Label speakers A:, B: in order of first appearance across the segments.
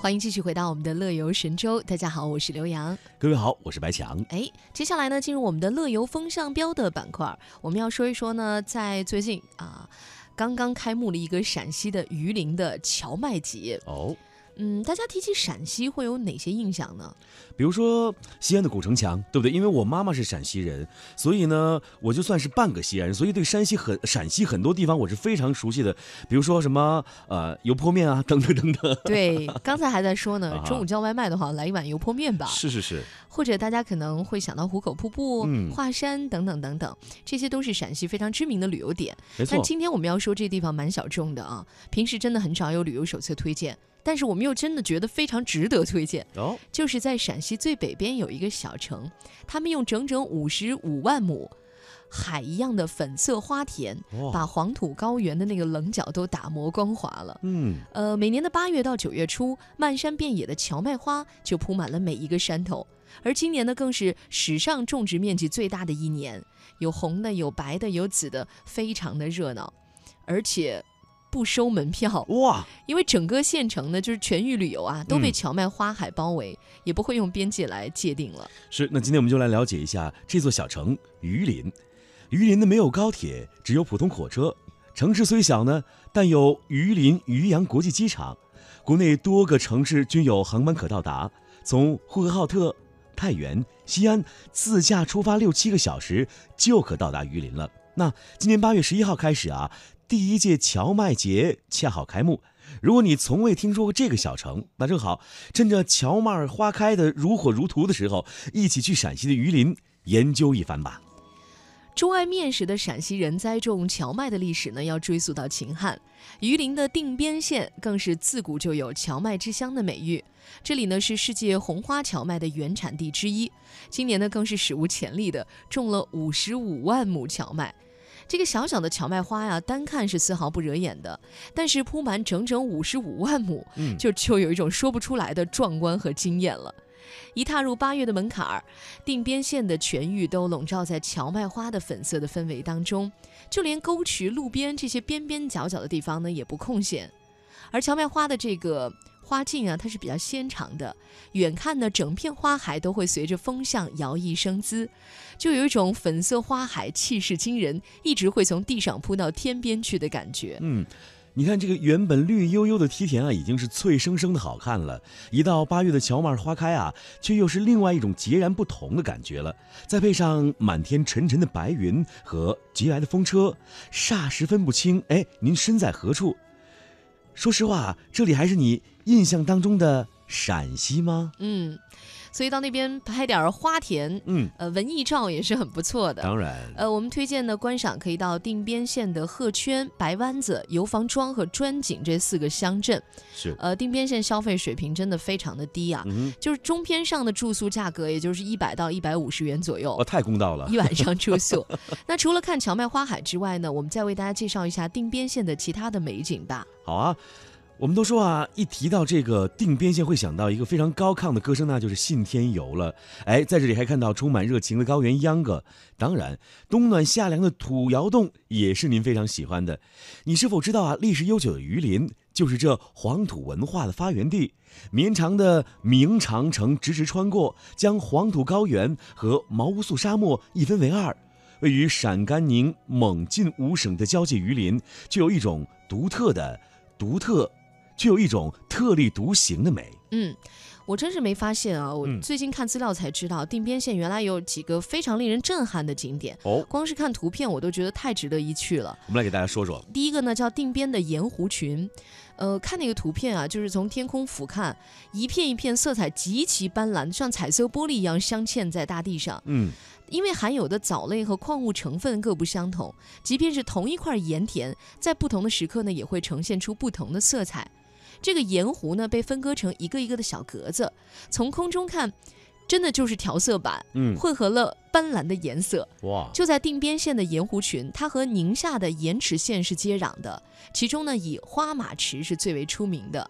A: 欢迎继续回到我们的乐游神州。大家好，我是刘洋。
B: 各位好，我是白强。
A: 哎，接下来呢，进入我们的乐游风向标的板块，我们要说一说呢，在最近啊，刚刚开幕了一个陕西的榆林的荞麦节。
B: 哦，
A: 嗯，大家提起陕西会有哪些印象呢？
B: 比如说西安的古城墙，对不对？因为我妈妈是陕西人，所以呢，我就算是半个西安人，所以对山西很陕西很多地方我是非常熟悉的。比如说什么呃油泼面啊，等等等等。
A: 对，刚才还在说呢
B: 啊，哈
A: 中午叫外卖的话，来一碗油泼面吧。
B: 是是是，
A: 或者大家可能会想到壶口瀑布、
B: 嗯
A: 华山等等等等，这些都是陕西非常知名的旅游点。
B: 没错
A: 但。今天我们要说这地方蛮小众的啊，平时真的很少有旅游手册推荐，但是我们又真的觉得非常值得推荐。
B: 哦，
A: 就是在陕西最北边有一个小城，他们用整整五十五万亩海一样的粉色花田，把
B: 哇，
A: 黄土高原的那个棱角都打磨光滑了。
B: 嗯，
A: 呃，每年的八月到九月初，漫山遍野的荞麦花就铺满了每一个山头。而今年呢，更是史上种植面积最大的一年，有红的，有白的，有紫的，非常的热闹，而且不收门票，
B: 哇，
A: 因为整个县城呢，就是全域旅游啊，都被
B: 嗯
A: 荞麦花海包围，也不会用边界来界定了。
B: 是。那今天我们就来了解一下这座小城榆林。榆林呢没有高铁，只有普通火车。城市虽小呢，但有榆林渔阳国际机场，国内多个城市均有航班可到达。从呼和浩特、太原、西安自驾出发六七个小时就可到达榆林了。那今年八月十一号开始啊，第一届荞麦节恰好开幕。如果你从未听说过这个小城，那正好，趁着荞麦花开的如火如荼的时候，一起去陕西的榆林研究一番吧。
A: 钟爱面食的陕西人栽种荞麦的历史呢，要追溯到秦汉。榆林的定边县更是自古就有“荞麦之乡”的美誉。这里呢是世界红花荞麦的原产地之一，今年呢更是史无前例的种了五十五万亩荞麦。这个小小的荞麦花呀，单看是丝毫不惹眼的，但是铺满整整五十五万亩，
B: 嗯
A: 就就有一种说不出来的壮观和惊艳了。一踏入八月的门槛儿，定边县的全域都笼罩在荞麦花的粉色的氛围当中，就连沟渠、路边这些边边角角的地方呢，也不空闲。而荞麦花的这个花茎啊，它是比较纤长的，远看呢，整片花海都会随着风向摇曳生姿，就有一种粉色花海气势惊人，一直会从地上铺到天边去的感觉。
B: 嗯，你看这个原本绿油油的梯田啊，已经是翠生生的好看了。一到八月的荞麦花开啊，却又是另外一种截然不同的感觉了。再配上满天沉沉的白云和疾来的风车，霎时分不清，哎，您身在何处？说实话，这里还是你印象当中的陕西吗？
A: 嗯，所以到那边拍点儿花田，
B: 嗯，
A: 呃，文艺照也是很不错的。
B: 当然。
A: 呃，我们推荐呢，观赏可以到定边县的鹤圈、白湾子、油坊庄和砖井这四个乡镇。
B: 是，
A: 呃，定边县消费水平真的非常的低啊，
B: 嗯，
A: 就是中偏上的住宿价格，也就是一百到一百五十元左右
B: 哦，。太公道了
A: 一。晚上住 宿。那除了看荞麦花海之外呢，我们再为大家介绍一下定边县的其他的美景吧。
B: 好啊，我们都说啊，一提到这个定边县，会想到一个非常高亢的歌声，那就是信天游了。哎，在这里还看到充满热情的高原秧歌，当然，冬暖夏凉的土窑洞也是您非常喜欢的。你是否知道啊，历史悠久的榆林就是这黄土文化的发源地？绵长的明长城直直穿过，将黄土高原和毛乌素沙漠一分为二。位于陕甘宁蒙晋五省的交界榆林，具有一种独特的、独特，具有一种特立独行的美。
A: 嗯，我真是没发现啊！我
B: 嗯
A: 最近看资料才知道，定边县原来有几个非常令人震撼的景点，
B: 哦，
A: 光是看图片我都觉得太值得一去了。
B: 我们来给大家说说。
A: 第一个呢叫定边的盐湖群，呃，看那个图片啊，就是从天空俯瞰，一片一片色彩极其斑斓，像彩色玻璃一样镶嵌在大地上。
B: 嗯，
A: 因为含有的藻类和矿物成分各不相同，即便是同一块盐田，在不同的时刻呢，也会呈现出不同的色彩。这个盐湖呢，被分割成一个一个的小格子，从空中看，真的就是调色板，
B: 嗯，
A: 混合了斑斓的颜色。
B: 哇，
A: 就在定边县的盐湖群，它和宁夏的盐池县是接壤的，其中呢，以花马池是最为出名的。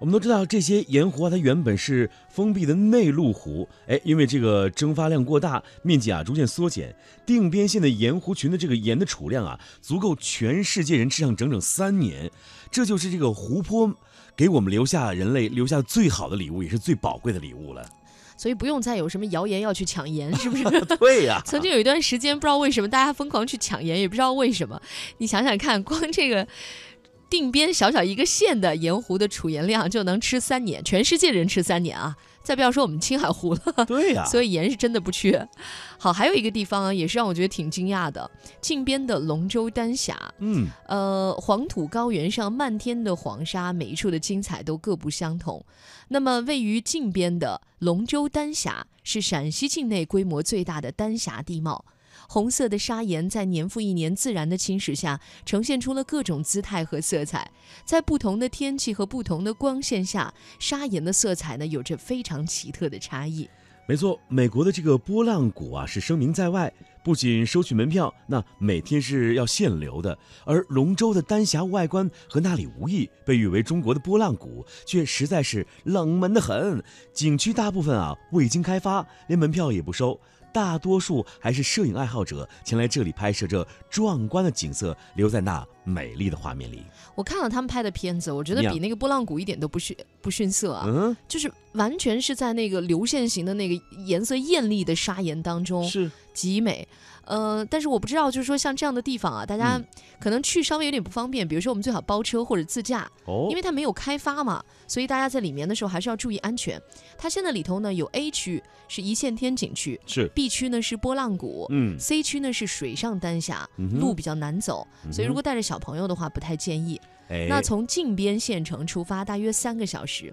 B: 我们都知道这些盐湖啊，它原本是封闭的内陆湖，哎，因为这个蒸发量过大，面积啊逐渐缩减。定边县的盐湖群的这个盐的储量啊，足够全世界人吃上整整三年，这就是这个湖泊给我们留下人类留下最好的礼物，也是最宝贵的礼物了。
A: 所以不用再有什么谣言要去抢盐，是不 是？
B: 对呀、
A: 曾经有一段时间，不知道为什么大家疯狂去抢盐，也不知道为什么。你想想看，光这个定边小小一个县的盐湖的储盐量就能吃三年，全世界人吃三年啊！再不要说我们青海湖了。
B: 对呀、
A: 所以盐是真的不缺。好，还有一个地方啊，也是让我觉得挺惊讶的，近边的龙州丹霞，
B: 嗯，
A: 呃，黄土高原上漫天的黄沙，每一处的精彩都各不相同。那么，位于近边的龙州丹霞是陕西境内规模最大的丹霞地貌。红色的砂岩在年复一年自然的侵蚀下，呈现出了各种姿态和色彩。在不同的天气和不同的光线下，砂岩的色彩呢有着非常奇特的差异。
B: 没错，美国的这个波浪鼓啊是声名在外，不仅收取门票，那每天是要限流的。而龙州的丹霞外观和那里无异，被誉为中国的波浪鼓，却实在是冷门的很。景区大部分啊未经开发，连门票也不收，大多数还是摄影爱好者前来这里拍摄这壮观的景色，留在那美丽的画面里。
A: 我看了他们拍的片子，我觉得
B: 怎么样
A: 比那个波浪鼓一点都不逊不逊色啊，
B: 嗯，
A: 就是完全是在那个流线型的那个颜色艳丽的砂岩当中，
B: 是
A: 极美。呃，但是我不知道，就是说像这样的地方啊，大家
B: 嗯
A: 可能去稍微有点不方便，比如说我们最好包车或者自驾，
B: 哦
A: 因为它没有开发嘛，所以大家在里面的时候还是要注意安全。它现在里头呢有 A 区是一线天景区
B: 是
A: ，B 区呢是波浪谷。
B: 嗯
A: C 区呢是水上丹霞，
B: 嗯哼
A: 路比较难走，所以
B: 嗯哼
A: 如果带着小朋友的话，不太建议。
B: 哎
A: 那从靖边县城出发，大约三个小时，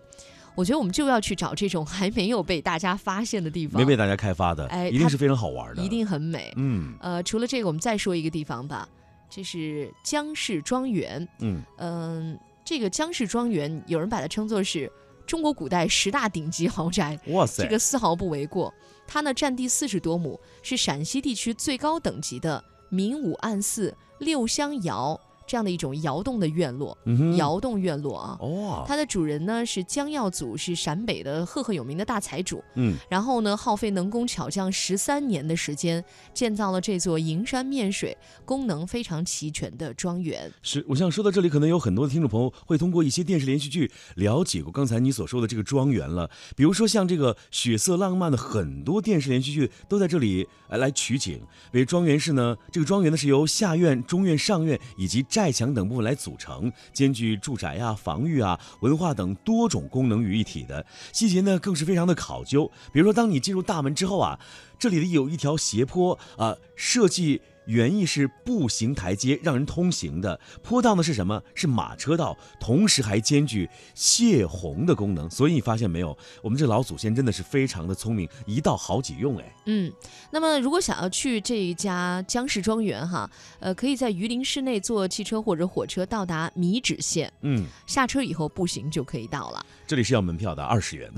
A: 我觉得我们就要去找这种还没有被大家发现的地方，
B: 没被大家开发的，
A: 哎
B: 一定
A: 它
B: 是非常好玩的，
A: 一定很美。
B: 嗯
A: 呃，除了这个，我们再说一个地方吧，这是江氏庄园。
B: 嗯。
A: 嗯、这个江氏庄园，有人把它称作是中国古代十大顶级豪宅，
B: 哇塞，
A: 这个丝毫不为过。它呢占地四十多亩，是陕西地区最高等级的明武暗寺六香窑这样的一种窑洞的院落，
B: 嗯哼
A: 窑洞院落啊。
B: 哦，
A: 它的主人呢是江耀祖，是陕北的赫赫有名的大财主。
B: 嗯，
A: 然后呢，耗费能工巧匠十三年的时间，建造了这座银山面水、功能非常齐全的庄园。
B: 是，我想说到这里，可能有很多的听众朋友会通过一些电视连续剧了解过刚才你所说的这个庄园了，比如说像这个《血色浪漫》的很多电视连续剧都在这里呃来取景。比如庄园式呢，这个庄园呢是由下院、中院、上院以及寨墙等部分来组成，兼具住宅啊、防御啊、文化等多种功能于一体的。细节呢更是非常的考究，比如说当你进入大门之后啊，这里的有一条斜坡啊、设计。原意是步行台阶，让人通行的。坡道呢是什么？是马车道，同时还兼具泄洪的功能。所以你发现没有，我们这老祖先真的是非常的聪明，一道好几用哎。
A: 嗯，那么如果想要去这一家江氏庄园哈，呃，可以在榆林市内坐汽车或者火车到达米脂县，
B: 嗯，
A: 下车以后步行就可以到了，
B: 这里是要门票的，二十元，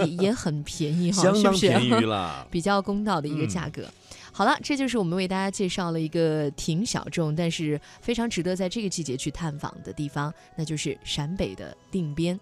A: 也也很便 宜哈，
B: 相当
A: 是不
B: 便
A: 是
B: 宜啊了。
A: 比较公道的一个价格。好了，这就是我们为大家介绍了一个挺小众，但是非常值得在这个季节去探访的地方，那就是陕北的定边。